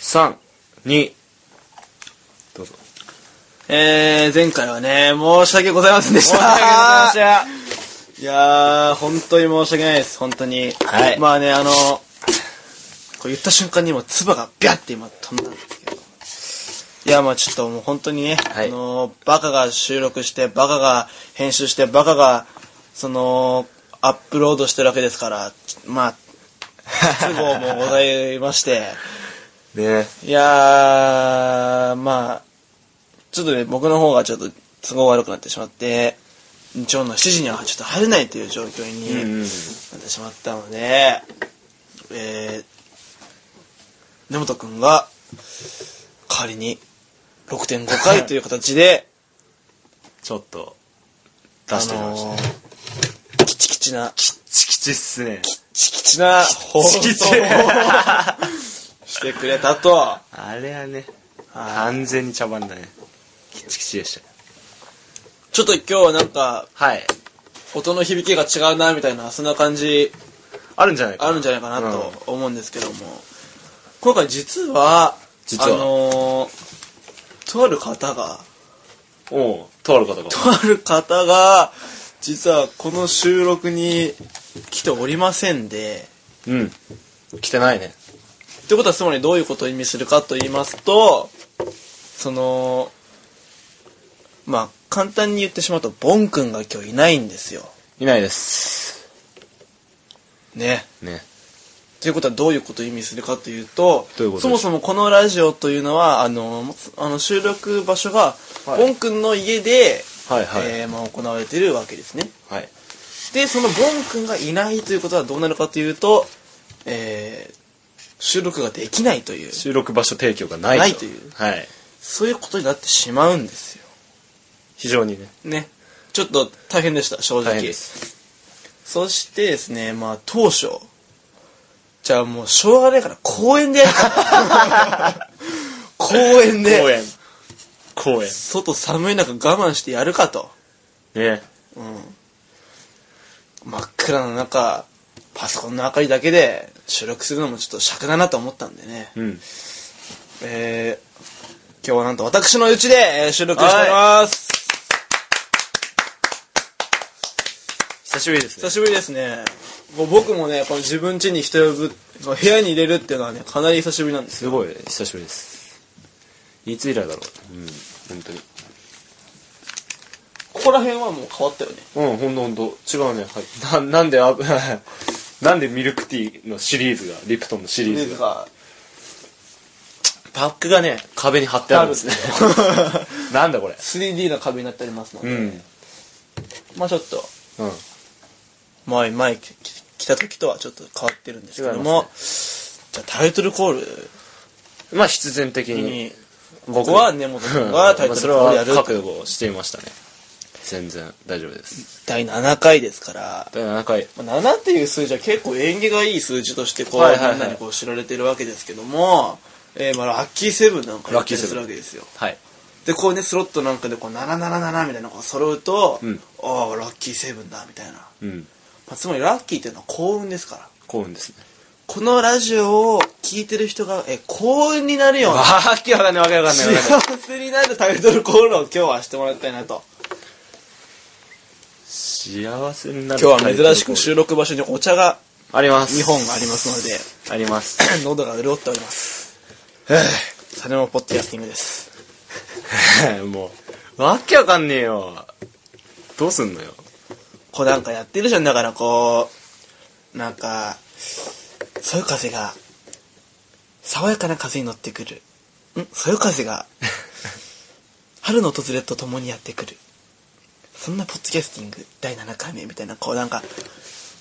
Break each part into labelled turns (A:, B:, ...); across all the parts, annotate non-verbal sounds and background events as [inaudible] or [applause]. A: 3、2、どうぞ。
B: えー、前回はね、申し訳ございませんでした。
A: 申し訳ございま
B: いやー、本当に申し訳ないです、本当に。
A: はい
B: まあね、あの、こう言った瞬間にも、唾がビャって今飛んだんですけど。いや、まあちょっともう本当にね、
A: はい
B: あの、バカが収録して、バカが編集して、バカが、その、アップロードしてるわけですから、まあ、都合もございまして。
A: ね
B: いやー、まあ、ちょっとね、僕の方がちょっと都合悪くなってしまって、日曜の7時にはちょっと入れないという状況に
A: うん
B: なってしまったので、えー、根本くんが、代わりに6.5回という形で、
A: ちょっと、
B: あ
A: 出してみました。
B: のー、キチキチな、キ
A: チキチっすね。
B: チキチな放送を
A: チキチ
B: してくれた [laughs] と。は
A: [laughs] あれはね、
B: い
A: 完全に茶番だね。キチキチでした。
B: ちょっと今日はなんか、
A: はい。
B: 音の響きが違うなみたいなそんな感じ
A: あるんじゃないかな。
B: あるんじゃないかなと思うんですけども、今回実は
A: 実は
B: あのーとある方が
A: おうとある方が。
B: とある方が実はこの収録に来ておりませんで
A: うん。来てないね。
B: ってことはつまりどういうことを意味するかと言いますとそのまあ簡単に言ってしまうとボン君が今日いないんですよ
A: いないです。
B: ね
A: ね。
B: ということはどういうことを意味するかというと
A: どういうことでしょう
B: そもそもこのラジオというのはあのもつあの収録場所が、
A: はい
B: ボン君の家で、
A: はいはい。
B: えーまあ、行われているわけですね
A: はい。
B: でそのボン君がいないということはどうなるかというと、えー収録ができないという
A: 収録場所提供がない
B: ないという
A: はい。
B: そういうことになってしまうんですよ
A: 非常にね。
B: ねちょっと大変でした正
A: 大変
B: 直
A: です。
B: そしてですねまあ当初じゃあもうしょうがないから公園でやるか
A: [laughs]
B: 公園で
A: 公園。公園。
B: 外寒い中我慢してやるかと、
A: ね。
B: 真っ暗の中パソコンの明かりだけで収録するのもちょっと尺だなと思ったんでね、
A: うん。
B: えー、今日はなんと私のうちで、えー収録しております、
A: 久しぶりですね
B: 久。しぶりですねもう僕もねこの自分家に人呼ぶこう部屋に入れるっていうのはねかなり久しぶりなんです
A: す
B: よ
A: ごい、久しぶりです。いつ以来だろう。うん。本当に。
B: ここら辺はもう変わったよね
A: うん、ほんとほんと。違うね。はい。な、なんで、あ [laughs] なんでミルクティーのシリーズが、リプトンのシリーズ
B: な
A: が。
B: んか
A: パックがね、壁に貼ってあるんですね。
B: [laughs]
A: なんだこれ。
B: 3D の壁になっておりますので、
A: うん。
B: まあちょっと
A: うん。
B: 前前きき来た時とはちょっと変わってるんですけど
A: 違い
B: も、じゃあタイトルコール
A: まあ必然的に。
B: に僕は根本君がタイトルコール
A: まあ
B: や
A: それは覚
B: る
A: 悟をしていましたね。全然大丈夫です。
B: 第7回ですから
A: 第7回。
B: まあ7っていう数字は結構縁起がいい数字としてこう、
A: はいはいはい
B: みんなにこう知られてるわけですけども、えーまあ、ラッキーセブンなんかやったりするわけですよ
A: はい。
B: でこうねスロットなんかでこう777みたいなのが揃うと、
A: うん
B: ああラッキーセブンだみたいな、ま
A: うん。
B: あ、つまりラッキーっていうのは幸運ですから
A: 幸運ですね。
B: このラジオを聞いてる人が、えー幸運になるよう
A: [laughs]
B: な
A: わーきわかんないわけわかんないわかんない。
B: 幸せになるタイトルコールを今日はしてもらいたいなと
A: 幸せになる。
B: 今日は珍しく収録場所にお茶が
A: あります。
B: 2本ありますので
A: あります。
B: [laughs] 喉が潤っておりますそれもポッドキャスティングです
A: [laughs] もう、わけわかんねえよ。どうすんのよ。
B: こうなんかやってるじゃんだからこうなんかそよ風が爽やかな風に乗ってくるんそよ風
A: [laughs]
B: が春の訪れとともにやってくるそんなポッドキャスティング第7回目みたいなこうなんか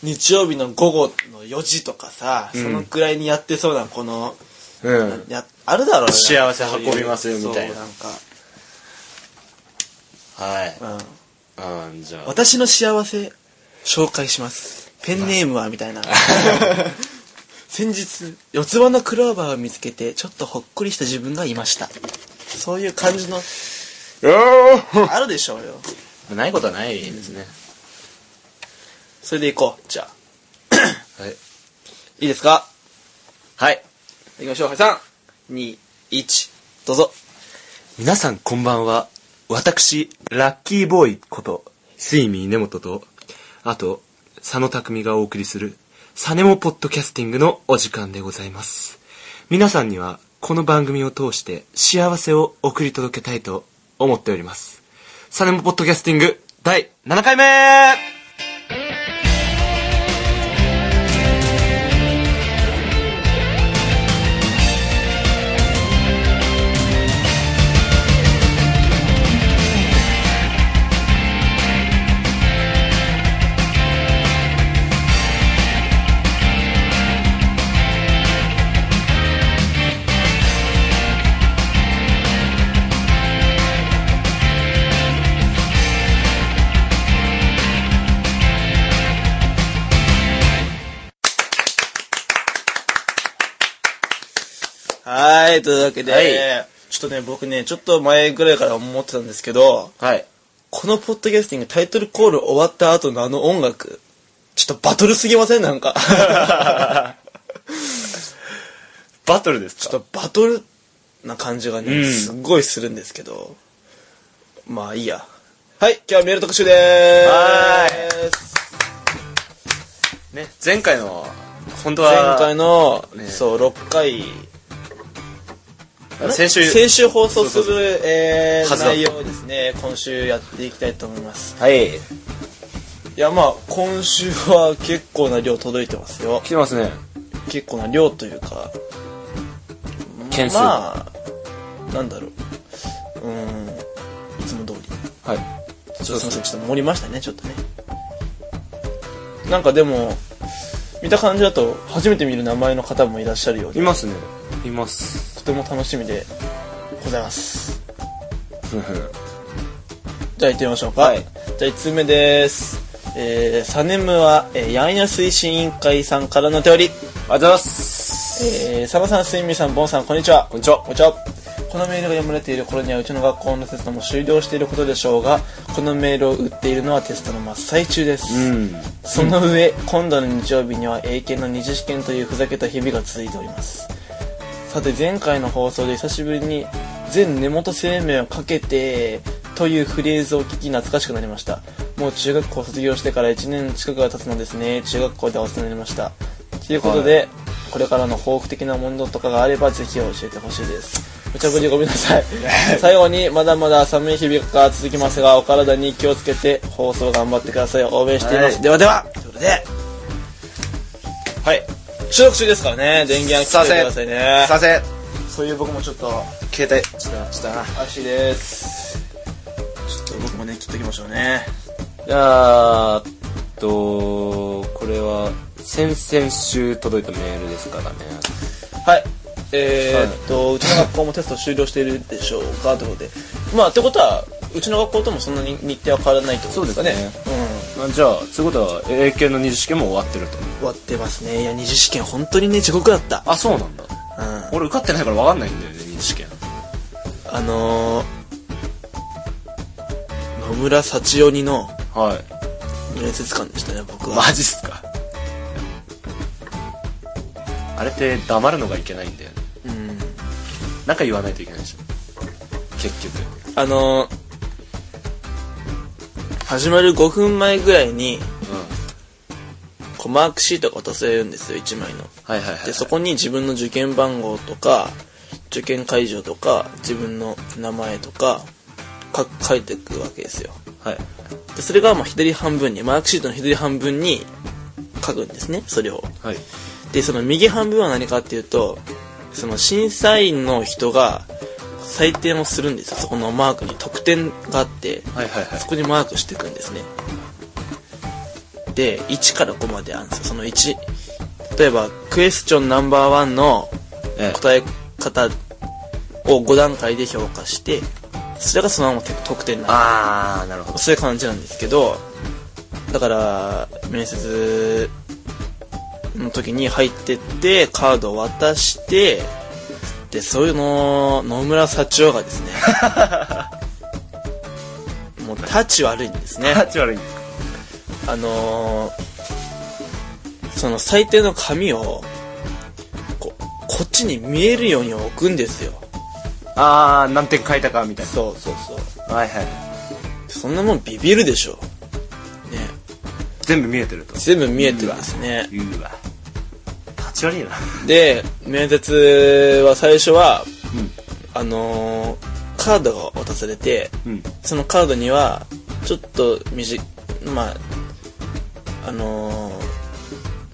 B: 日曜日の午後の4時とかさ、
A: ん
B: そのくらいにやってそうなこの
A: うん。
B: やあるだろうね
A: 幸せ運びますよみたいな
B: そう
A: はい。
B: なんか、うん、
A: あんじゃあ。
B: 私の幸せ紹介しますペンネームはみたい [laughs] な先日四つ葉のクローバーを見つけてちょっとほっこりした自分がいましたそういう感じのあるでしょうよ
A: ないことはないですね。
B: それでいこうじゃあ
A: はい。
B: いいですか
A: はい。
B: 行きましょうはいさん2、1、どうぞ。
A: 皆さんこんばんは。私、ラッキーボーイこと、スイミー根本と、あと、佐野匠がお送りする、サネモポッドキャスティングのお時間でございます。皆さんには、この番組を通して幸せを送り届けたいと思っております。サネモポッドキャスティング第7回目
B: はーい、というわけで、
A: はい
B: ちょっとね、僕ね、ちょっと前ぐらいから思ってたんですけど、
A: はい。
B: このポッドキャスティングタイトルコール終わった後のあの音楽、ちょっとバトルすぎませんなんか。
A: バトルです
B: ちょっとバトルな感じがね、
A: うん
B: すっごいするんですけど。まあいいや。はい、今日はメール特集でーす。
A: はね、前回の、本当
B: 前
A: は、
B: 回の、
A: ね
B: そう、6回、
A: 先週、
B: 先週放送す
A: そうそうそ
B: る、え
A: は
B: ー、
A: ずだ
B: 内容をですね、今週やっていきたいと思います。
A: はい。
B: いや、まあ、今週は結構な量届いてますよ
A: 来。てますね。
B: 結構な量というか、
A: 件数。
B: まあ、なんだろう。うーん、いつも通り。
A: はい。
B: ちょっとすいません、ちょっと盛りましたね、ちょっとね。なんかでも、見た感じだと、初めて見る名前の方もいらっしゃるよう
A: い
B: で、
A: ますね。います。
B: とても楽しみでございます。じゃあ行ってみましょうか。
A: はい
B: じゃあ1通目です。えー、サネムは、えー、ヤンヤ推進委員会さんからの手り
A: ありがとうございます。
B: えー、サバさん、スイミさん、ボンさん、こんにちは。
A: こんにちは
B: こんにちは。このメールが読まれている頃にはうちの学校のテストも終了していることでしょうが、このメールを打っているのはテストの真っ最中です。
A: うん。
B: その上、今度の日曜日には英検の二次試験というふざけた日々が続いております。さて、前回の放送で久しぶりに、全根元生命をかけて、というフレーズを聞き懐かしくなりました。もう中学校を卒業してから1年近くが経つのですね。中学校でお世話になりました。ということで、これからの抱負的なものとかがあれば、ぜひ教えてほしいです。無茶ぶりごめんなさい。最後に、まだまだ寒い日々が続きますが、お体に気をつけて、放送頑張ってください。応援しています。
A: はい
B: ではでは、ということで、
A: はい。
B: 収録中ですからね、電源は切ってくださいね。
A: させ、
B: そういう僕もちょっと、
A: 携帯。
B: ちょっと、ちょっと、足です。ちょっと僕もね、切っときましょうね。
A: じゃあ、と、これは、先々週届いたメールですからね。
B: はい。えー、っと、うちの学校もテスト終了しているでしょうかということで。まあ、ってことは、うちの学校ともそんなに日程は変わらないってことですかね。
A: そうですあじゃあ、そういうことは、英検の二次試験も終わってると。
B: うん。終わってますね。いや、二次試験本当にね、地獄だった。
A: あ、そうなんだ。
B: うん。
A: 俺受かってないから分かんないんだよね、二次試験。
B: あのー、野村幸鬼の
A: はい。
B: 面接官でしたね、僕は。
A: マジっすか。あれって黙るのがいけないんだよね。
B: うん。
A: なんか言わないといけないじゃん。結局。
B: あのー、始まる5分前ぐらいに、
A: うん。
B: こうマークシートが渡されるんですよ、1枚の。
A: はいはいはい。
B: で、そこに自分の受験番号とか、受験会場とか、自分の名前とか、か書いていくわけですよ。
A: はい。
B: で、それがまあ左半分に、マークシートの左半分に書くんですね、それを。
A: はい。
B: でその右半分は何かっていうとその審査員の人が採点をするんですよそこのマークに得点があって
A: はいはいはい
B: そ。こにマークしていくんですねで1から5まであるんですよその1例えばクエスチョンナンバーワンの
A: え
B: 答え方を5段階で評価してそれがそのまま得点になる
A: あー、なるほど。
B: そういう感じなんですけど、だから、面接の時に入ってって、カードを渡して、で、そういうの、野村幸男がです [laughs] ね、もう、タチ悪いんですね。
A: チ悪いんですか
B: あのーその、最低の紙を、こう、こっち足に見えるように置くんですよ
A: あー、何点書いたか、みたい
B: そうそうそう
A: な。はいはい。
B: そんなもんビビるでしょね
A: 全部見えてると。
B: 全部見えてるんですね
A: うわ。立ち悪いな。
B: で面接は最初は
A: うん。
B: あのーカードが渡されて
A: うん。
B: そのカードにはちょっと短いまああの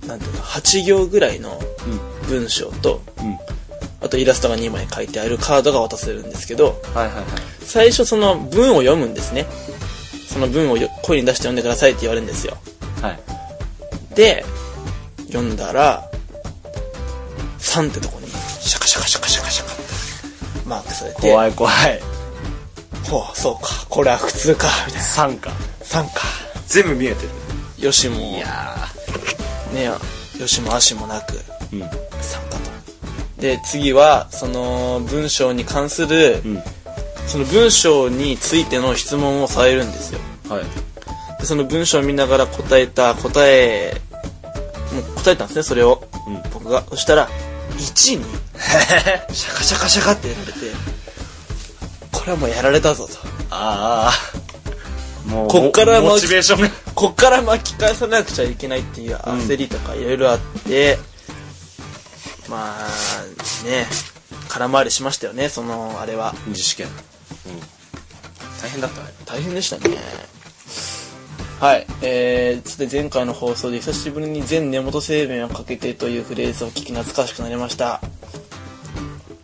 B: ーなんていうの8行ぐらいの文章と
A: うん。うん。
B: あとイラストが2枚書いてあるカードが渡されるんですけど
A: はいはいはい。
B: 最初その文を読むんですねその文をよ声に出して読んでくださいって言われるんですよ
A: はい。
B: で読んだら3ってとこにシャカシャカシャカシャカシャカってマークされて
A: 怖い怖い。
B: ほうそうかこれは普通かみたいな
A: 3か。
B: 3か
A: 全部見えてる。
B: よしもね
A: や
B: よしも足もなく
A: ー。うん。
B: 参加とで次はその文章に関する、
A: うん。
B: その文章についての質問をされるんですよ
A: はい。
B: でその文章を見ながら答えた答えもう答えたんですねそれを、
A: うん
B: 僕がそしたら1位にシャカシャカシャカってやられてこれはもうやられたぞと
A: [laughs] ああ。もう、
B: こっから
A: モ
B: も
A: モチベーションが。
B: こっから巻き返さなくちゃいけないっていう焦りとかいろいろあって、まあね空回りしましたよねそのあれは
A: 自主権。うん。大変だったね。
B: 大変でしたねはいえー、さて前回の放送で久しぶりに「全根元製麺をかけて」というフレーズを聞き懐かしくなりました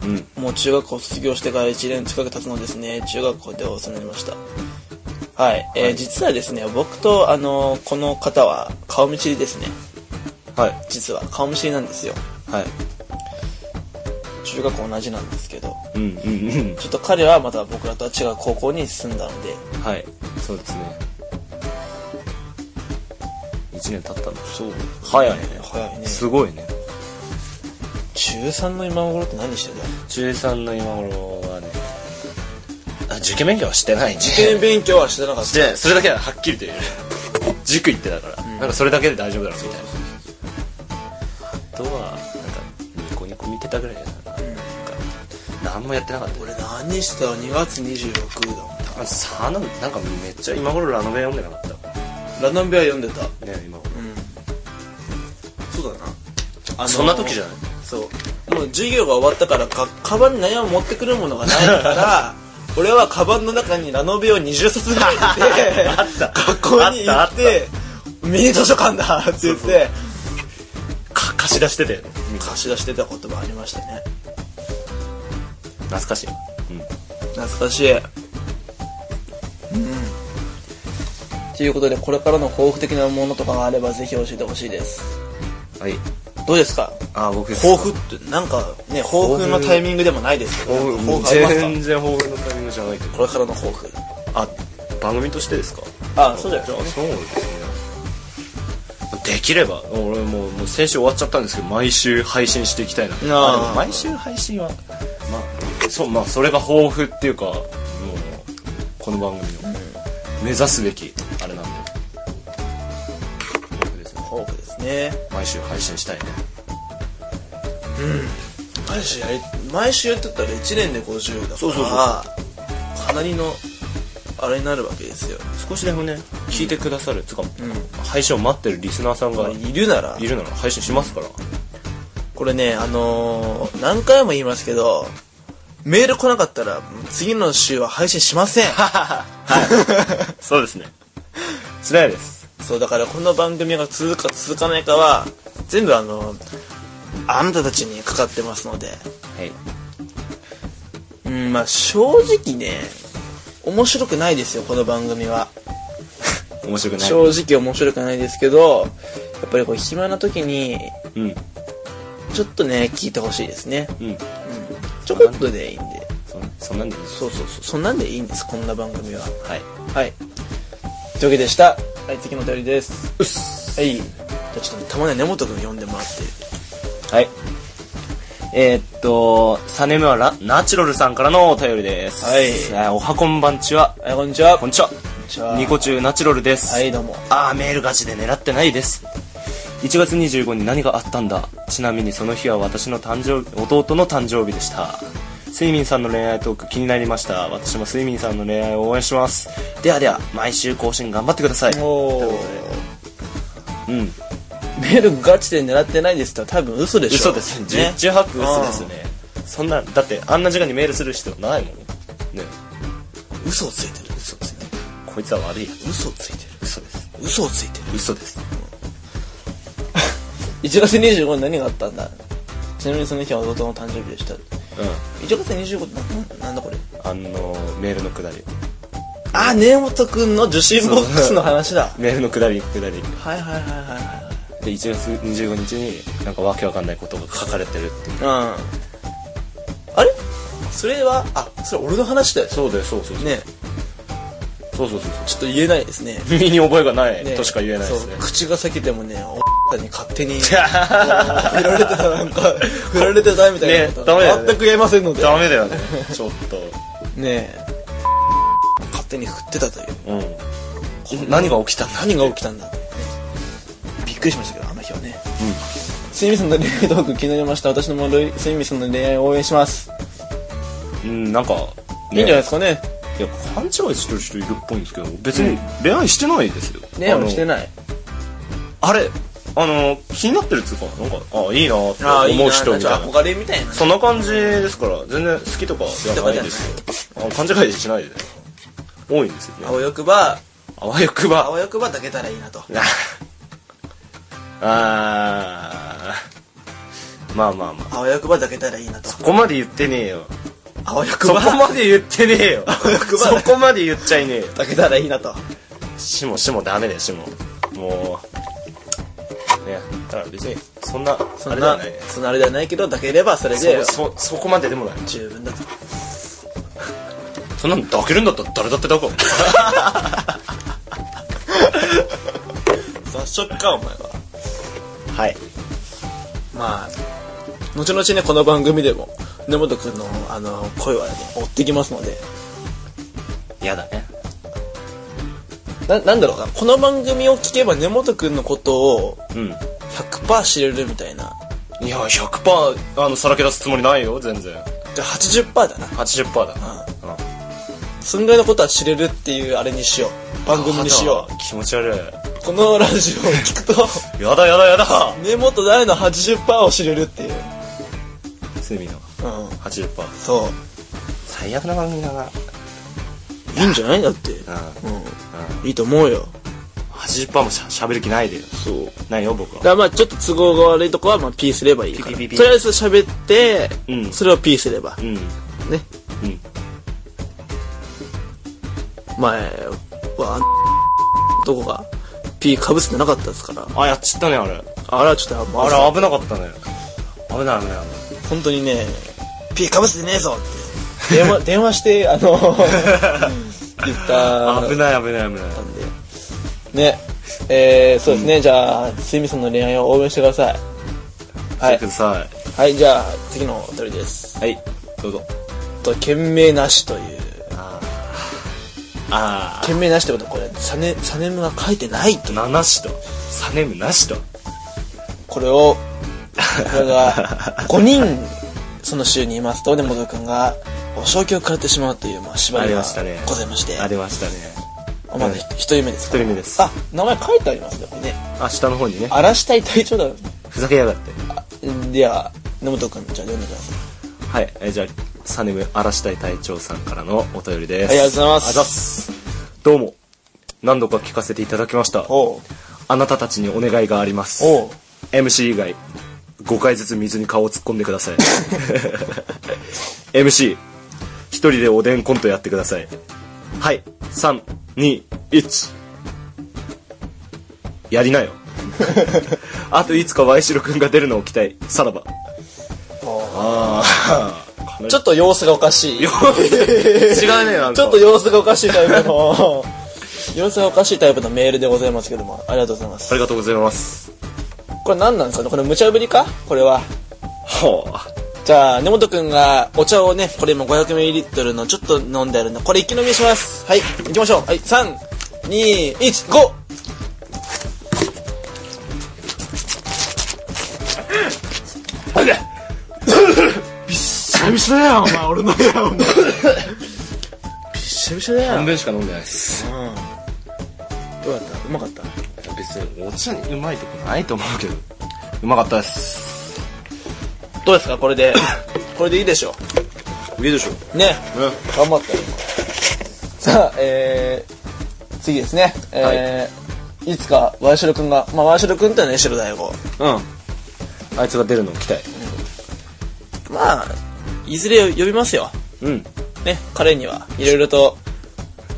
A: うん。
B: もう中学校卒業してから1年近く経つのですね中学校でお世話になりましたはい、えー
A: はい
B: 実はですね僕とあのこの方は顔見知りですね
A: はい。
B: 実は顔見知りなんですよ
A: はい。
B: 中学校同じなんですけど
A: うんうんうん。
B: ちょっと彼はまた僕らとは違う高校に進んだので
A: はい。そうですね。1年経ったんだ。
B: そう
A: 早いね
B: 早いね
A: すごいね。
B: 中3の今頃って何してんだ
A: 中3の今頃はね、あ、受験勉強はしてないね。
B: 受験勉強はしてなかった
A: で、それだけははっきりと [laughs] 言う。塾行ってたから、なんかそれだけで大丈夫だろうみたいな。あとは、なんか、ニコニコ見てたぐらいだな。なんか、何もやってなかった。
B: 俺何したの2月26日だもん
A: あさあなんかめっちゃ今頃ラノベ読んでなかった。
B: ラノベは読んでた
A: ね、今頃。
B: うんそうだなあのー
A: そんな時じゃない
B: そうもう授業が終わったからかカバンに何も持ってくるものがないから
A: [laughs]
B: 俺はカバンの中にラノベを20冊ぐらい入れて
A: あった
B: 学校に行
A: あ
B: っ
A: った
B: てミニ図書館だって言って
A: か貸し出してたよね。
B: 貸し出してたこともありましたね
A: 懐かしい。うん。
B: 懐かしいうんということでこれからの抱負的なものとかがあればぜひ教えてほしいです
A: はい。
B: どうですか
A: あ、僕です
B: 抱負ってなんかね抱負のタイミングでもないですけどなんか抱負ありますか
A: 全然抱負のタイミングじゃないけど
B: これからの抱負
A: あ番組としてですか
B: あそうじゃない
A: あそうですねできれば俺もうもう先週終わっちゃったんですけど毎週配信していきたいな
B: ああ
A: でも毎週配信はまあそうまあそれが抱負っていうかもうこの番組の目指すべきあれなんで抱負ですね
B: 抱負ですね
A: 毎週配信したいね
B: 毎週やり毎週やってったら1年で50だから
A: そうそうそう
B: かなりのあれになるわけですよ
A: 少しでもね聞いてくださるつうか
B: うん
A: 配信を待ってるリスナーさんが
B: いるなら
A: いるなら配信しますから
B: これねあのー何回も言いますけどメール来なかったら次の週は配信しま [laughs] せん
A: [laughs] そうですね。つらいです。
B: そうだからこの番組が続くか続かないかは全部あのあなたたちにかかってますので
A: はい。
B: うんまあ正直ね面白くないですよこの番組は
A: 面白くない。
B: 正直面白くないですけどやっぱりこう暇な時に
A: うん。
B: ちょっとね聞いてほしいですね
A: うん。
B: ちょこっとでいいんで
A: そそんなんでいいです
B: そうそうそうそんなんでいいんですこんな番組は
A: はい。
B: はい。というわけでした。はい、次のお便りです。
A: うっす。
B: はい。じゃあちょっとたまには根本くん呼んでもらって。
A: はい。えーっと、サネムはラナチュラルさんからのお便りです。
B: はい
A: えーおはこんばんちは。
B: はい、こんにちは。
A: こんにちは。
B: にちは
A: ニコ中ナチュラルです。
B: はい、どうも。
A: あー、メールガチで狙ってないです。 1月25日に何があったんだちなみにその日は私の誕生日弟の誕生日でしたスイミンさんの恋愛トーク気になりました私もスイミンさんの恋愛を応援しますではでは毎週更新頑張ってください
B: お
A: うん
B: メールガチで狙ってないですと多分嘘でし
A: 嘘
B: ょ
A: です18分嘘ですねそんなだってあんな時間にメールする必要ないもんね
B: 嘘をついてる嘘ですね
A: こいつは悪いやつ
B: 嘘をついてる
A: 嘘です
B: 嘘をついてる
A: 嘘です
B: 1月25日に何があったんだちなみにその日は弟の誕生日でした1
A: う
B: 月25日ななんだこれ
A: んあのメールのくだり
B: あ根本くんの受信ボックスの話だ
A: メールのくだりくだり
B: はいはいはいは
A: で1月25日になんかわけわかんないことが書かれてるっていう
B: いはいうんあれそれはあそれ俺の話だよ
A: そうだよそうそうそう、
B: ね
A: そうそうそうそう
B: ちょっと言えないですね
A: 身に覚えがない
B: ね
A: としか言えないですね
B: そう口が裂けてもねおさんに勝手にこう振られてたなんか振られてたみたいなこと
A: ねダメだよね
B: 全く言えませんの
A: [laughs]
B: で
A: ダメだよねちょっ
B: ねえ勝手に振ってたという
A: とうん何が起きたんだ
B: 何が起きたんだねびっくりしましたけどあの日はねスイミさんの恋愛トーク気になりました私のもルイスイミさんの恋愛を応援します
A: うんなんか
B: いいんじゃないで
A: い
B: すかね
A: や勘違いしてる人いるっぽいんですけど別に恋愛してないですよ
B: 恋愛もして
A: い
B: ない
A: あれあの気になってるっつうかなんかあいいなって思う人みたいな
B: れみたいな
A: そんな感じですから全然好きとかではないですよあ勘違いしないで多いんですよね
B: よくば
A: あわよくば
B: よくば抱けたらいいなと
A: あ [laughs] あーまあまあまあ
B: あわよくば抱けたらいいなと
A: ここまで言ってねえよ
B: あわよく
A: そこ
B: ば
A: まで言ってねえ [laughs] よ
B: 欲張
A: そ
B: り
A: こまで言っちゃいねえよ
B: 抱けたらいいなと
A: しもしもダメだよしももうねだから別にそんな
B: そ
A: あ
B: ん
A: れでは
B: な
A: ないね
B: そんなあれではないけど抱ければそれで
A: そそそこまででもない
B: 十分だと
A: そんなの抱けるんだったら誰だって [laughs] 抱こう
B: 雑食かお前は
A: はい
B: まあ後々ねこの番組でも根本くんのあの声はね追ってきますので
A: 嫌だね
B: ななんだろうなこの番組を聞けば根本くんのことを
A: うん
B: 100%知れるみたいない
A: や100%あのさらけ出すつもりないよ全然
B: で80%だな
A: 80%だ、
B: う
A: うん
B: そんぐらいのことは知れるっていうあれにしよう番組にしよ
A: う気持ち悪いう
B: このラジオを聞く
A: [laughs]
B: と
A: やだやだやだ
B: 根本大の80%を知れるっていう
A: セミの
B: うん
A: 80%
B: そ
A: 最悪な番組だな
B: ういいんじゃないだって
A: うん
B: うんいいと思うよ
A: 80%もしゃしゃべる気ないでよ
B: そう
A: ないよ僕
B: だか
A: は
B: らまあちょっと都合が悪いとこはまあピーすればいいから
A: ピピピピ
B: とりあえず喋って、
A: うん
B: それをピーすれば
A: うん
B: ね
A: うん
B: 前は [laughs] あどこがピーかぶせてなかったですから
A: あやっちったねあれ
B: あれはちょっとま
A: あれ危なかったね危ない危ない
B: 本当にねピーかぶせてねえぞって電話 [laughs] 電話してあの言った
A: 危ない危ない危ない危ない
B: なんでねえー、そうですね、じゃあすいみさんの恋愛を応援してくださいは
A: して
B: い
A: くださ
B: はいじゃあ次のお便りです
A: いはいどうぞ
B: と件名なしという
A: あ
B: 件名なしってことはこれサネサネムが書いてないと
A: あななしとサネムなしと
B: これをこれが5人その週にいますと根本君がお正気を食らってしまうという、まあ、縛
A: あ
B: り
A: り
B: が
A: ましたね
B: ございまして
A: ありましたね
B: あまだ一一人目ですか
A: 一人目です
B: あ名前書いてありますねこれね
A: あ下の方にね
B: 荒らしたい隊長だ
A: ふざけやがって
B: では根本君じゃあ読んでください
A: はい、えーじゃあ、サネム荒らしたい隊長さんからのお便りです。
B: ありがとうござい
A: ありがとうご
B: ます
A: ざいます。どうも、何度か聞かせていただきました。
B: おう
A: あなたたちにお願いがあります。
B: おう
A: MC 以外、5回ずつ水に顔を突っ込んでくだ
B: [laughs]
A: さい。MC、一人でおでんコントやってください。はい、3、2、1。やりな
B: [laughs]
A: よ。あといつかワイシロ君が出るのを期待。さら
B: [laughs]
A: ば。
B: ちょっと様子がおかしいち [laughs]
A: 違うね、なんか
B: ょっと様子がおかしいタイ
A: [laughs]
B: プの様子がおかしいタイプのメールでございますけどもありがとうございま
A: あ
B: す
A: りがとうございます。
B: これ何なんですかねこれ無茶ぶりかこれは
A: はあ。
B: じゃあ、根本くんがお茶をね、これ今 500ml のちょっと飲んであるんで、これ一気飲みします。はい、行きましょう。はい、3、2、1、5! びっしゃだよ、お前、俺の部屋、お前。びっしゃびしゃだよ。
A: 分しか飲んでないです
B: どうだったうまかった
A: 別にお茶にうまいとこないと思うけどうまかったです
B: どうですかこれ [coughs] で。これでいいでしょ
A: いいでしょう
B: う。ね。頑張ったよ。さあ、えー、次ですね。えー、い、つか、ワイシロ君が、まあ、ワイシロ君ってね、白大吾。
A: うんあいつが出るのを期待
B: まあ、いずれ呼びますよ。
A: うん
B: ね、彼には、いろいろと、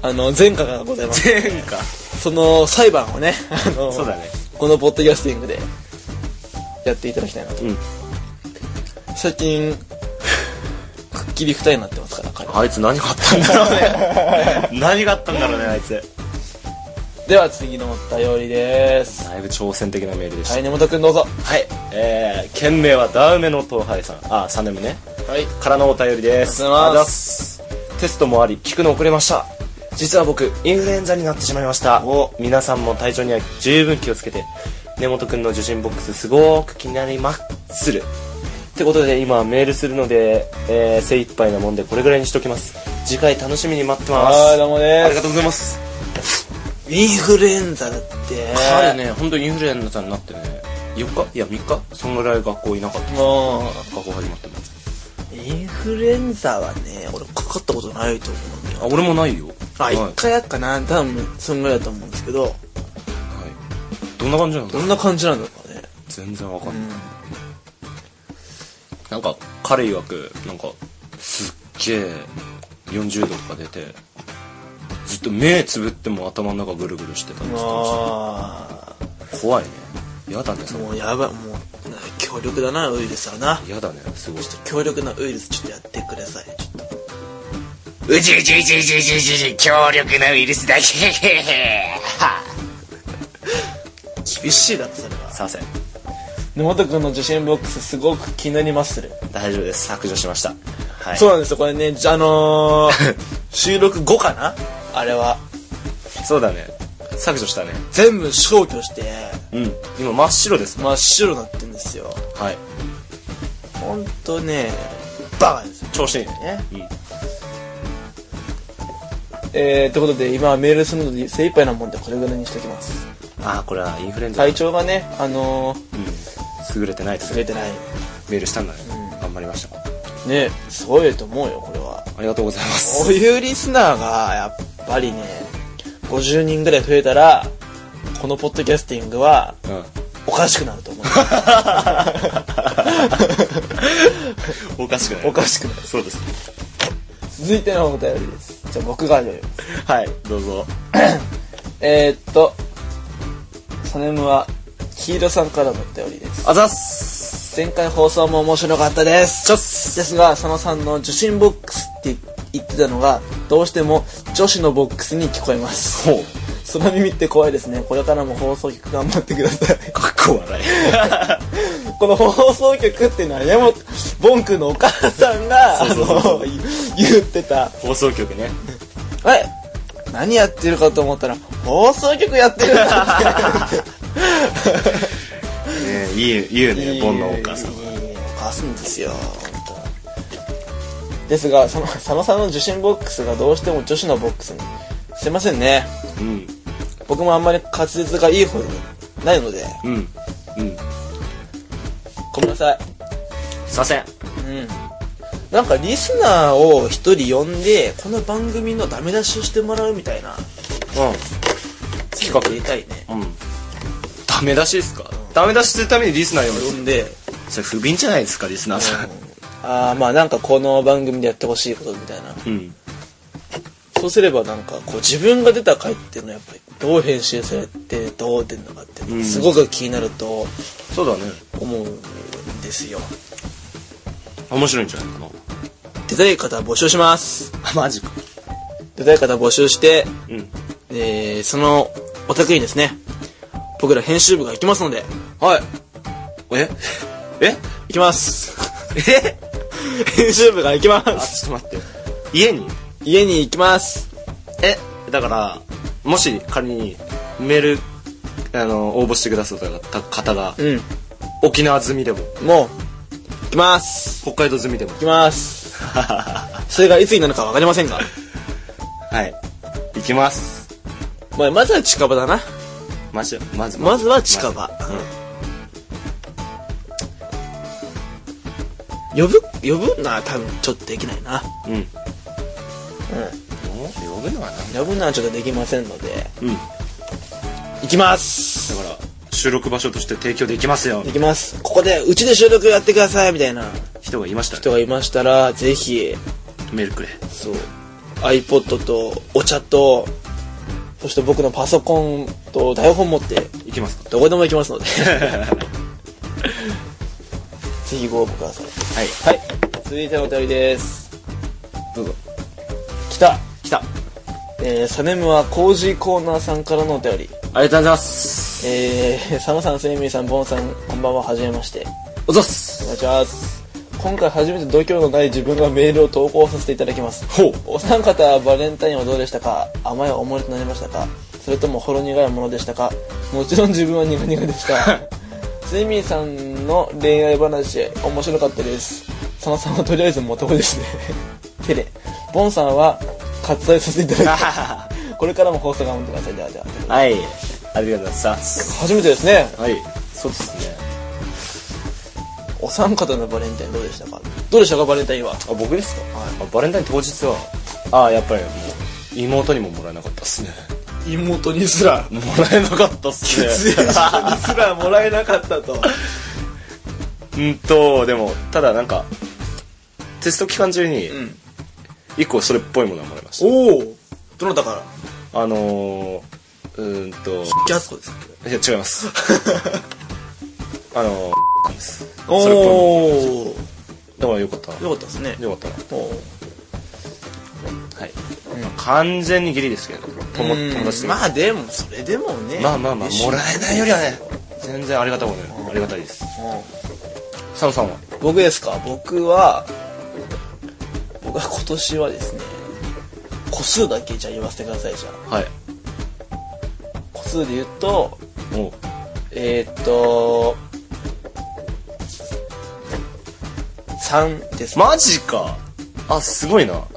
B: あの、前科がございます。
A: 前科
B: その裁判をね、あの、
A: そうだね
B: このポッドキャスティングでやっていただきたいなと。
A: うん
B: 最近、くっきり二重になってますから、彼。
A: あいつ何があったんだ [laughs] ろうね何があったんだろうねあいつ
B: では次のお便りです。
A: だいぶ挑戦的なメールでし
B: はい、根本くんどうぞ。
A: たはい、えー、件名はダウメの東杯さんあサネムね
B: はい。
A: からのお便りです
B: ありがとうございます
A: すテストもあり聞くの遅れました実は僕インフルエンザになってしまいました皆さんも体調には十分気をつけて根本くんの受信ボックスすごく気になりまするってことで今メールするので、えー、精一杯なもんでこれぐらいにしときます次回楽しみに待ってます
B: はい、どうも
A: あ
B: で
A: りが
B: す。
A: とうございます
B: インフルエンザだって。
A: 彼ね本当にインフルエンザになってね4日いや3日そんぐらい学校いなかった
B: も
A: 学校始まっても
B: う、インフルエンザはね、俺かかったことないと思うんだよ。
A: あ俺もないよ
B: あ、
A: はい
B: 一回やっかな、多分、そんぐらいだと思うんですけど、
A: はいどんな感じなの
B: どんな感じなんだろうね。
A: 全然わかんない、なんか彼曰くなんかすっげえ40度とか出てずっと目つぶっても頭の中ぐるぐるしてたんです
B: あ
A: 怖いね嫌だねそ
B: あ、
A: れ
B: もうやばい、もう、強力だな、ウイルスはな。
A: 嫌だねすごい
B: 強力なウイルスちょっとやってください。ちょっと。
C: うじうじうじうじうじうじうじ強力なウイルスだけ
A: [laughs]
B: 厳しいだろ、それは。
A: させ
B: 根本くんの受信ボックスすごく気になりまする。
A: 大丈夫です削除しましたはい
B: そ
A: そう
B: うなんですよ、これね、じゃあのー、 [laughs] 収録後かなあれは。
A: だね削除したね
B: 全部消去して、
A: うん今真っ白です
B: 真っ白になってんですよ。
A: はい
B: ほんとね、バカですよ
A: 調子いいね
B: ね。
A: うん
B: えー、ということで、今はメールするので精一杯なもんでこれぐらいにしておきます。
A: ああこれはインフルエンザ
B: 体調がね、あのー、
A: うん優れてないです
B: 優れ
A: ね
B: てない。
A: メールしたんだね、頑張りました
B: ね、すごいと思うよ、これは。
A: ありがとうございます
B: こういうリスナーが、やっぱりね、50人ぐらい増えたら、このポッドキャスティングは、おかしくなると思う。
A: うん、おかしくない
B: おかしくなる。
A: そうです
B: [laughs] 続いてのお便りです。じゃあ僕が読みます。
A: はいどうぞ
B: えー、っと、サネムは、黄色さんからのお便りです。
A: あざっす
B: 前回放送も面白かったです。
A: ちょっす
B: ですが、佐野さんの受信ボックスって言ってたのが、どうしても女子のボックスに聞こえます。
A: ほう
B: その耳って怖いですね。これからも放送局頑張ってください。
A: かっこ笑
B: この放送局っていうのは山本ボン君のお母さんがあ
A: そうそうそう
B: の言言ってた
A: い [laughs] 放送局ね
B: 「え何やってるかと思ったら放送局やってるんだ」って
A: ね言う言うねボンのお母さん
B: いいいいお母さんですよ本当ですがその佐野さんの受信ボックスがどうしても女子のボックスにすいませんね
A: うん
B: 僕もあんまり滑舌がいい方ではないので
A: うんうん
B: ごめんなさい
A: させん
B: うんなんかリスナーを一人呼んでこの番組のダメ出しをしてもらうみたいな企画入れたいね
A: うんうんダメ出しですかダメ出しするためにリスナー呼
B: 呼
A: ぶ
B: んで
A: それ不憫じゃないですかリスナーさん
B: ああまあなんかこの番組でやってほしいことみたいな
A: うん
B: そうすればなんかこう自分が出た回っていうのはやっぱりどう編集されてどう出るのかっていうのがすごく気になると
A: そうだね
B: 思うんですよ
A: 面白いんじゃないかな
B: 出たい方募集します
A: あマジか
B: 出たい方募集して、
A: うん
B: えー、そのお宅にですね僕ら編集部が行きますので
A: はいええ
B: 行きます
A: え
B: 編集部が行きま
A: あ
B: す
A: ちょっと待って家に
B: 家に行きます
A: えだからもし仮にメールあの応募してくださった方が
B: うん
A: 沖縄済みでも
B: も行きます。
A: 北海道済みでも
B: 行きます。それがいつになるかわかりませんが。
A: はい行きます
B: まあ、まずは近場だな。
A: まずまず
B: まずは近場。呼ぶ呼ぶな多分ちょっとできないな。
A: うんうん呼ぶのはな
B: 呼ぶのはちょっとできませんので。
A: うんだ
B: 行きます
A: から収録場所として提供できますよ
B: 行きます。ここで、うちで収録やってくださいみたいな
A: 人がいました
B: 人がいましたら、ぜひ、
A: メールくれ
B: そう iPod とお茶とそして僕のパソコンと台本持って
A: 行きますか
B: どこでも行きます [laughs] のでぜひご応募くださ
A: はい
B: いはい続いてのお便りですどうぞ来た
A: 来たあ
B: えー、サネムはコージーコーナーさんからのお便り
A: りがとうございます
B: えー、 [laughs] サムさんセイミーさんボンさんこんばんははじめまして
A: おざっ
B: お
A: す
B: 願いします今回初めて度胸のない自分がメールを投稿させていただきます
A: ほう
B: お三方はバレンタインはどうでしたか甘い思い出となりましたかそれともほろ苦いものでしたかもちろん自分は苦々でした [laughs] スイミーさんの恋愛話面白かったです佐野さんはとりあえず元子ですねてれボンさんは割愛させていた [laughs] だきますこれからも放送頑張ってくださいではでは
A: はいありがとうございます
B: 初めてですね
A: はいそうですね
B: お三方のバレンタインどうでしたかどうでしたかバレンタインは
A: あ僕ですか、あバレンタイン当日はあやっぱりもう妹にももらえなかったっすね [laughs]
B: 妹にすら [laughs]
A: もらえなかったっすね
B: すらもらえなかったと
A: うんとでもただなんかテスト期間中に
B: ん
A: 一個それっぽいものはもらいました、
B: おおどなたから
A: あのー、うーんと
B: ジャスコです
A: いや違います [laughs] あのー、です
B: お
A: それっぽいも
B: およ
A: のだからよかったな
B: かったですね
A: よかったな
B: おお
A: はい、完全にギリですけどね友友達とか
B: まあでもそれでもね
A: まあまあまあ
B: 嬉し
A: もらえないよりはね全然ありがたいもんねありがたいですサムさんは
B: うん僕ですか僕は僕は今年はですね個数だけじゃあ言わせてくださいじゃあ
A: はい
B: 個数で言うと
A: もう
B: えー、っと3です、
A: マジかあすごいな
B: はい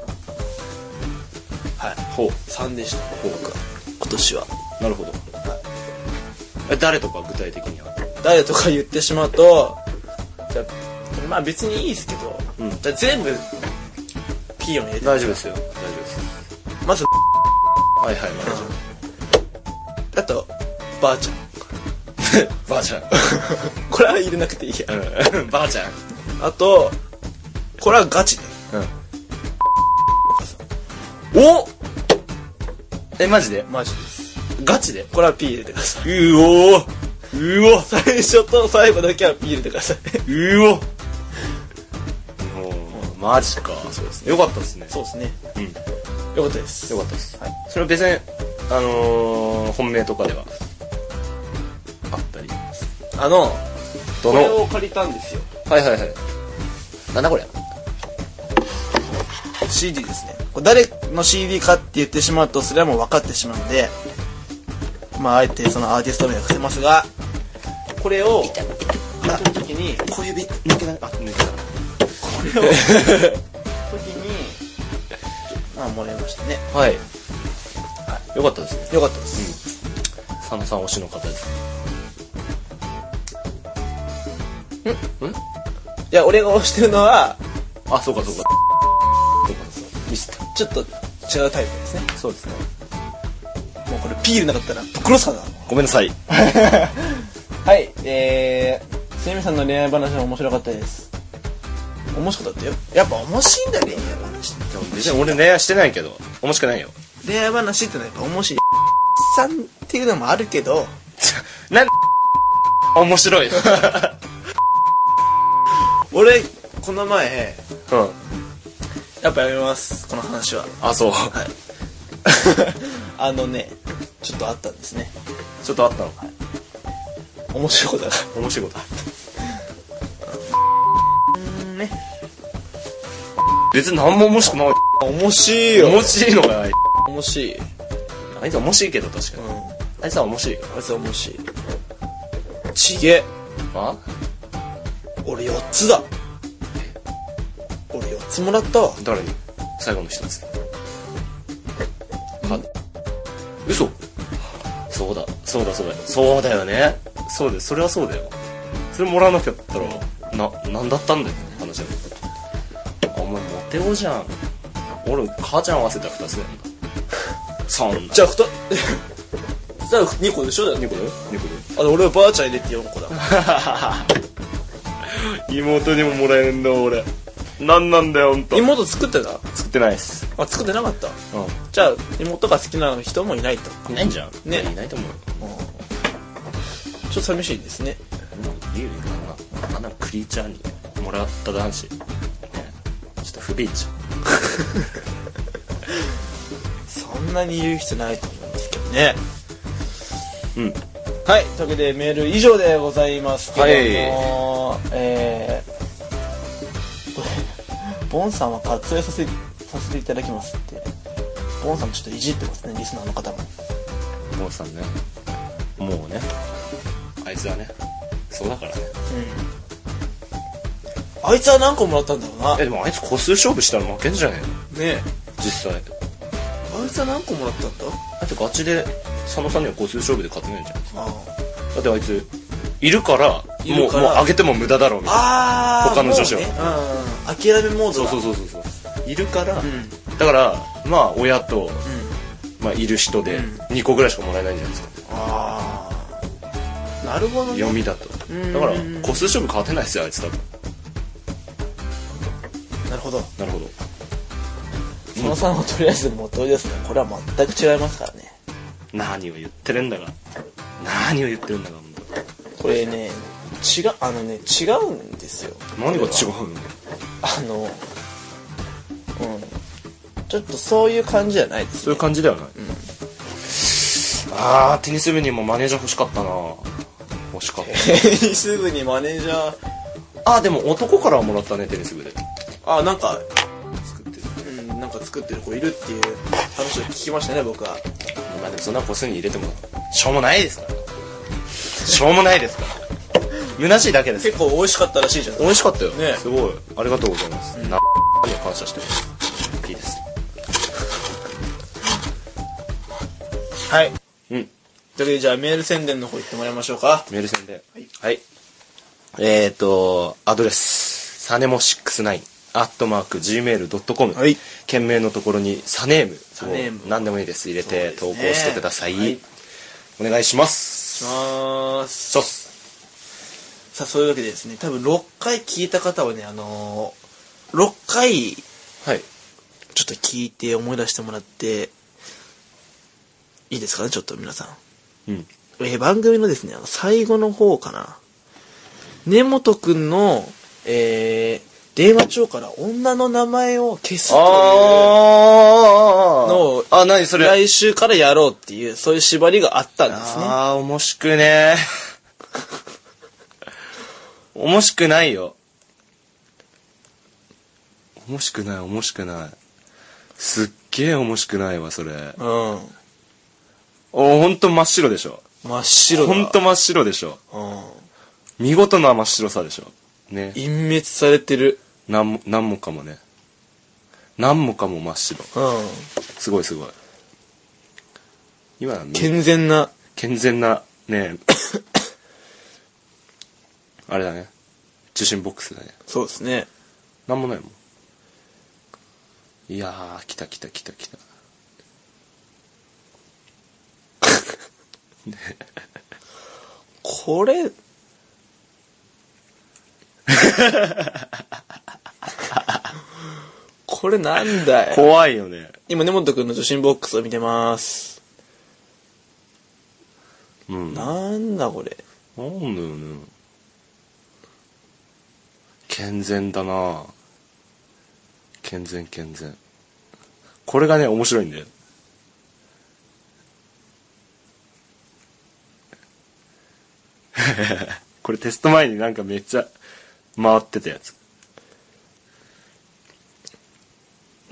A: ほう
B: 3でしたね僕は今年は
A: なるほど、え誰とか具体的には
B: 誰とか言ってしまうとじゃあまあ別にいいですけど、
A: うん
B: じゃあ全部ピーヨン入れて
A: 大丈夫ですよ大丈夫です
B: まず
A: はいはい大丈
B: あとばあちゃん
A: 夫ばあちゃん
B: これは入れなくていいや
A: うん [laughs] ばあちゃん
B: あとこれはガチね
A: おえマジで
B: マジです
A: ガチで
B: これは P 入れてくださいう
A: おうお
B: 最初と最後だけは P 入れてくださいう
A: おマジかそうですねよかったですね
B: そうですね
A: うん
B: よかったです
A: よかったです、
B: はい
A: それは別にあのー、本命とかではあったり
B: あの
A: ど
B: こ
A: の
B: れを借りたんですよ
A: はいはいはいなんだこれ
B: CD ですねこれ誰の CD かって言ってしまうとそれはもう分かってしまうのでまああえてそのアーティスト名は伏せますがこれをあ時に
A: 小指抜けないあ抜けた
B: 時にまあもらいましたね
A: はい、よかったですね
B: よかったです、
A: 佐野さん推しの方ですね
B: いや俺が推してるのは
A: あそうかそうかそうかそうかミスった
B: ちょっと違うタイプですね
A: そうですね
B: もうこれピー入れなかったらぶっ殺すからな
A: ごめんなさい
B: はいえーすみさんの恋愛話も面白かったです面白かったよやっぱ面白いんだよ恋愛話って
A: 別に俺恋愛してないけど面白くないよ
B: 恋愛話ってのはやっぱ面白いさんっていうのもあるけど
A: なんで面白 [laughs] い
B: 俺この前
A: うん
B: やっぱやめますこの話は
A: あそう
B: はいあのねちょっとあったんですね
A: ちょっとあったの
B: 面白いことが
A: 面白いことあった
B: ね
A: 別に何も面白くない
B: 面白い
A: 面白いのがない
B: 面白い
A: あいつは面白いけど確かに
B: うん
A: あいつは面白いよ
B: あいつは面白いちげ
A: あ
B: 俺4つだつもらったわ
A: 誰に最後の一つか嘘そうだそうだそうだそうだよねそうだよそれはそうだよそれもらわなかったらな何だったんだよ話だけどあお前モテ男じゃん俺母ちゃん合わせたら2つだよ [laughs] なそんな
B: じゃあふたじゃあ2個でしょだよ
A: 猫だよ猫だよ
B: あの俺はばあちゃん入れて4個だ
A: 妹にももらえるんだ俺なんなんだよ本当
B: 妹作ってた
A: 作ってないっす
B: あ作ってなかった
A: う
B: じゃあ妹が好きな人もいないと
A: んいないんじゃん
B: ね
A: いないと思うよ
B: ちょっと寂しいですね
A: 理由かなあんなクリーチャーにもらった男子、ね、ちょっと不便じ
B: そんなに言う人ないと思うんですけどね
A: ゃんうん
B: はいというわけでメール以上でございますけども、えー、ボンさんは割愛させさせていただきますってボンさんちょっといじってますねリスナーの方も
A: もうさんねもうねあいつはねそうだからね
B: あいつは何個もらったんだろうな
A: えでもあいつ個数勝負したら負けんじゃねえの
B: ねえ
A: 実際
B: あいつは何個もらったんだ
A: あいつガチで佐野さんには個数勝負で勝てないじゃん
B: あ
A: だってあいついるから
B: いるから
A: もうもうあげても無駄だろうみたいな
B: あー
A: 他の女子は
B: もうねうん諦めモード
A: そう
B: だ
A: そうそうそうそういるから、
B: ん
A: だからまあ親と、
B: うん
A: まあ、いる人で
B: うん
A: 2個ぐらいしかもらえないじゃないですか
B: ああなるほどね
A: 読みだと
B: ん
A: だから個数勝負勝てないですよあいつ多分
B: なるほど
A: なるほど
B: そのさんをとりあえずもう取り出すのこれは全く違いますからね
A: 何を言ってるんだか何を言ってるんだか本
B: これね違うあのね違うんですよ
A: 当何が違う
B: これは
A: の
B: あのうんちょっとそういう感じじゃないです
A: そういう感じではない、ああテニス部にもマネージャー欲しかったな欲しかった
B: すぐにマネージャー
A: ああでも男からはもらったねテニス部で
B: あなんか
A: 作ってる
B: うんなんか作ってる子いるっていう話を聞きましたね僕は
A: まあでもそんな個数に入れてもしょうもないですからしょうもないですから虚しいだけです
B: 結構美味しかったらしいじゃん
A: 美味しかったよ、
B: ね
A: すごいありがとうございます、なに感謝してますいいです
B: はい
A: うん
B: というわけでじゃあメール宣伝の方行ってもらいましょうか
A: メール戦で。はい。えっ、ー、と、アドレス、サネモ69、アットマーク、gmail.com。
B: はい
A: 件名のところに、サネームを。
B: サネーム
A: 何でもいいです。入れて
B: そ
A: 投
B: う
A: 稿
B: ですね
A: してください。
B: はい
A: お願いします。
B: まーす
A: そうっす。
B: さあそういうわけでですね多分6回聞いた方はねあのー、6回
A: はい。
B: ちょっと聞いて思い出してもらっていいですかねちょっと皆さん、
A: うん。
B: えー番組のですねあの最後の方かな根本くんのえー、電話帳から女の名前を消すという
A: あ
B: の
A: あ、何それ。
B: 来週からやろうっていうそういう縛りがあったんですね
A: ああ、おもしくね [laughs] ー。おもしくないよ。おもしくない、おもしくない。すっげえおもしくないわ、それ。
B: うん
A: お、ほんと真っ白でしょ。
B: 真っ白だ
A: ほんと真っ白でしょ。
B: うん
A: 見事な真っ白さでしょ。ね。
B: 隠滅されてる
A: なんも、なんもかもね。なんもかも真っ白。
B: うん
A: すごいすごい。今のは見
B: 健全な
A: 健全な、ね [coughs] あれだね。受信ボックスだね。
B: そうですね
A: なんもないもん。いやー、来た来た来た来た。
B: これこれなんだよ
A: 怖いよね。
B: 今根本くんの受信ボックスを見てます
A: うん。なん
B: なんだこれ
A: だよね。健全だな健全健全。これがね、面白いんだよ。 [laughs] これテスト前になんかめっちゃ回ってたやつ。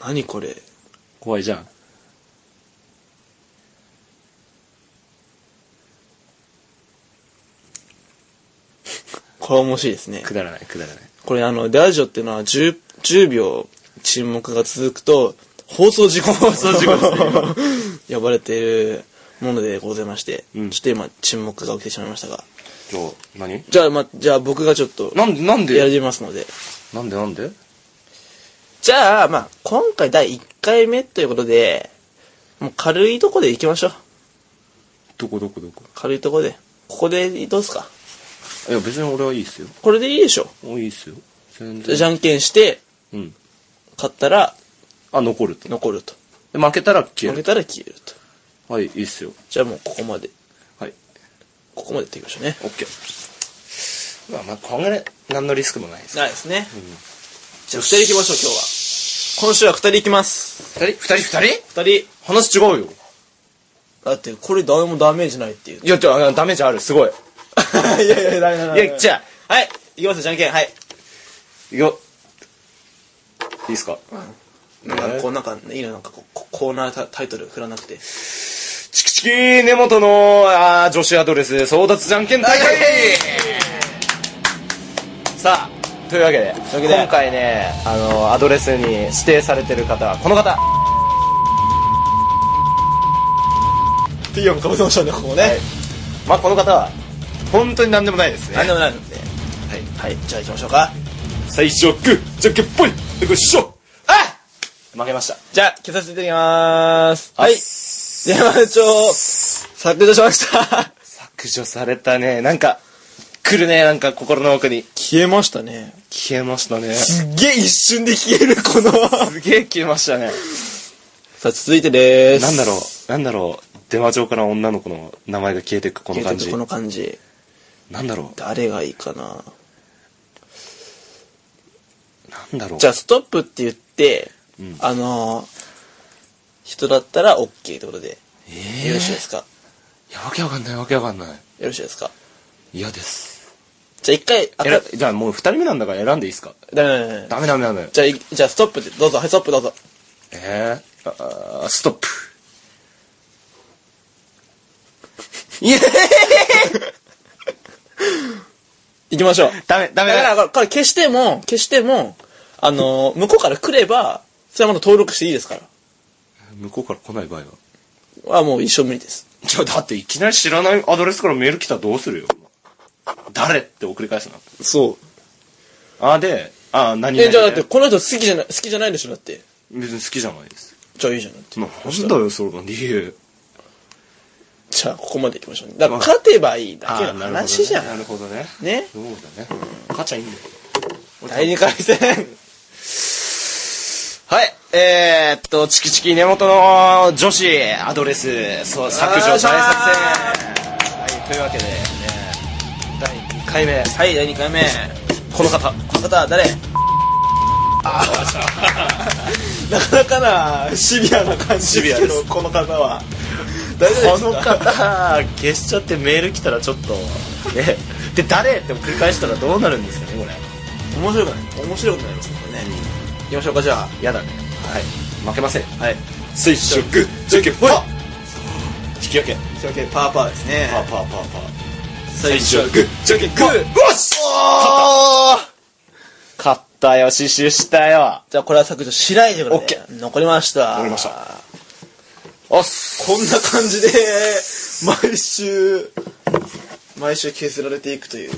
B: 何これ
A: 怖いじゃん。
B: これ面白いですね
A: くだらないくだらない。
B: これあのラジオっていうのは 10, 10秒沈黙が続くと、放送事故放
D: 送事故
B: ですね。呼ばれているものでございまして、
D: うん
B: ちょっと今沈黙が起きてしまいましたが。
A: じゃあ、何
B: じゃあ、ま、じゃあ僕がちょっと、
A: なんで、なん
B: や
A: で
B: りますので。
A: なんでなんで
B: じゃあ、まあ、今回第1回目ということで、もう軽いとこで行きましょう。
A: どこどこどこ
B: 軽いとこで。ここでどうすか
A: いや、別に俺はいいっすよ。
B: これでいいでしょ
A: もういいっすよ。全然。
B: じゃんけんして、
A: うん。
B: 勝ったら
A: あ、残ると。
B: 残ると。
A: で負けたら消え
B: 負け
A: る。
B: たら消えると。
A: はい、いいっすよ。
B: じゃあもうここまで、
A: はい。
B: ここまでやっていきましょうね。
A: オッケー。まあ、まあ、こんぐらい、何のリスクもないです。
B: ないですね。じゃあ二人行きましょう、今日は。今週は二人行きます。
A: 二人二人二人
B: 二人。
A: 話違うよ。
B: だって、これ誰もダメージないっていう。
A: いや、じゃあ、ダメージある、すごい。
B: [laughs] いやいや、ダメだ
A: いや、じゃあ、
B: あ。はい、行きますよ、じゃんけん。はい。
A: いや、いいっすか
B: なんか、こう、なんか、いいの、なんかこう、こコーナータタイトル振らなくて。
A: チキチキ根本のあー女子アドレス争奪じゃんけん大会さあというわけで
B: というわけで
A: 今回ねあのアドレスに指定されてる方はこの方
B: ピーヨンかぶせましょうね、ここね。
A: まあこの方は本当に何でもないですね
B: なんでもないので。はい。はい、じゃあ行きましょうか。
A: 最初はグーじゃんけんぽいでごっしょ
B: あ
A: 負けました
B: じゃあ、消させていただきまーす。はい。山田町、削除しました。
A: 削除されたねなんか来るねなんか心の奥に
B: 消えましたね。
A: 消えましたね
B: すっげえ一瞬で消える、この。
A: すげえ消えましたね
B: さあ、続いてでーす。
A: なんだろうなんだろう電話帳から女の子の名前が消えていくこの
B: 消え
A: 感
B: てく
A: じ
B: この感じ。
A: なんだろ
B: 誰がいいか
A: う
B: な。
A: なんだろう
B: じゃあ、ストップって言って、
A: うん
B: あのー、人だったら OK ってことで。
A: え
B: よろしいですかよ
A: いや、わけわかんない、わけわかんない。
B: ろしいですか
A: 嫌です。
B: じゃあ、一回、あ
A: えら、じゃあもう二人目なんだから選んでいいですか
B: ダメダメダメ。
A: ダメダメダメ。
B: じゃあい、じゃあ、ストップって、どうぞ、はい、ストップどうぞ。
A: えー、ああーストップ。い [laughs] や、
B: 行きましょう。
A: ダメ、ダ
B: だ
A: メだ。
B: から、これ消しても、消しても、あのー、向こうから来れば、それはまだ登録していいですから。
A: 向こうから来ない場合は。
B: はもう一生無理です。
A: じゃあだっていきなり知らないアドレスからメール来たらどうするよ。誰って送り返すな。
B: そう。
A: あーで、あー何
B: え、
A: 々
B: じゃあだって、この人好きじゃない、好きじゃないでしょ、だって。
A: 別に好きじゃないです。
B: じゃあいいじゃん、だって。
A: なんだよ、その理由。
B: じゃあ、ここまで行きましょう、ね。だから、勝てばいいだ
A: あ
B: け
A: ー
B: の
A: なるほどね
B: 話じゃ。
A: なんるほどね。
B: ね。
A: そうだね。勝っちゃいいんだよ。
B: 第二回戦。
A: はい、えー、っと、チキチキ根元の女子アドレス、そう、削除大作戦。
B: よっし
A: はい、というわけで、ね、第2回目、
B: はい、第二回目。
A: この方。
B: この方は誰なかなかな、シビアな感じですけど、この方は。大丈夫で
A: こ
B: す
A: の
B: か
A: 方、消しちゃってメール来たらちょっと、ね、で、誰って繰り返したらどうなるんですかね、これ。
B: 面白くない面白くないですねこれね行きましょうかじゃあ
A: やだね。はい、負けません。
B: はい
A: 水色、ジョケ、ポイ引き分け。
B: 引き分けパーパーですね
A: パーパーパーパー。
B: 最初
A: グー、ジョケ、グー、よし勝ったよ、刺繍したよ。
B: じゃあこれは削除しないというこ
A: オッ
B: と
A: ケ
B: で残りました
A: 残りました
B: おっすこんな感じで毎週毎週削られていくという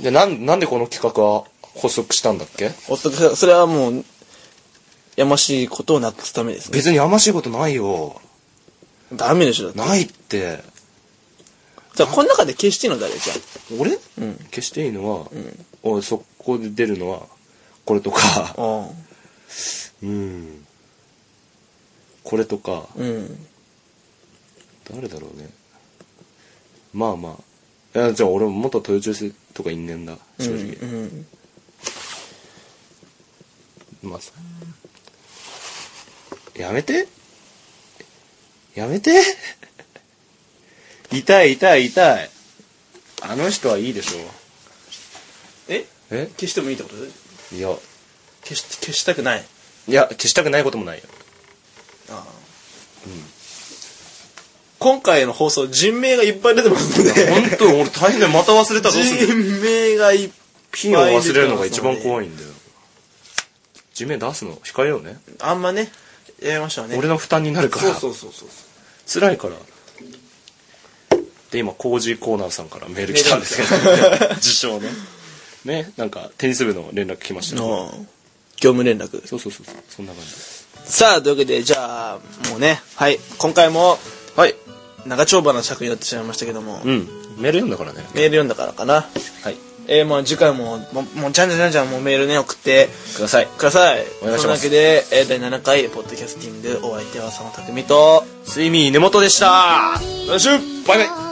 A: で、なん、なんでこの企画は発足したんだっけ
B: おそそれはもうやましいことをなくすためですね
A: 別にやましいことないよ。
B: ダメでしょだって
A: ないって。
B: じゃあこの中で消していいの誰じゃ
A: 俺、
B: ん
A: 消していいのは、俺そこで出るのは、これとか、
B: あうん
A: うん。これとか、
B: うん
A: 誰だろうね。まあまあ。いや、じゃあ俺も元豊中生とか因縁だ、正直。
B: うん
A: まあさ。やめてやめて [laughs] 痛い痛い痛い。あの人はいいでしょ
B: え
A: え
B: 消してもいいってこと
A: いや、
B: 消し消したくない
A: いや、消したくないこともないよ。
B: ああ今回の放送人名がいっぱい出てますので
A: 本当俺大変だよ。また忘れたらどうする
B: 人名がいっぱい
A: ピンを忘れるのが一番怖いんだよ。地面出すの控えようね
B: あんまね、やりましたね。
A: 俺の負担になるから
B: そうそうそうそう。
A: 辛いからで今コージーコーナーさんからメール来たんですけど自称ね [laughs] ねなんかテニス部の連絡来ましたね
B: の業務連絡。
A: そうそうそうそうそんな感じ
B: さあ、というわけで、じゃあ、もうね、はい、今回も、
A: はい
B: 長丁場な尺になってしまいましたけども、
A: うんメール読んだからね
B: メール読んだからかな。
A: はい
B: えー、まあ次回も、もう、もうじゃんじゃんじゃんじゃん、もうメールね、送って
A: ください
B: ください。
A: お願いします
B: そんなわけで、えー、第7回、ポッドキャスティング、お相手は佐野匠と、
A: 睡眠根本でした来週バイバイ
C: 「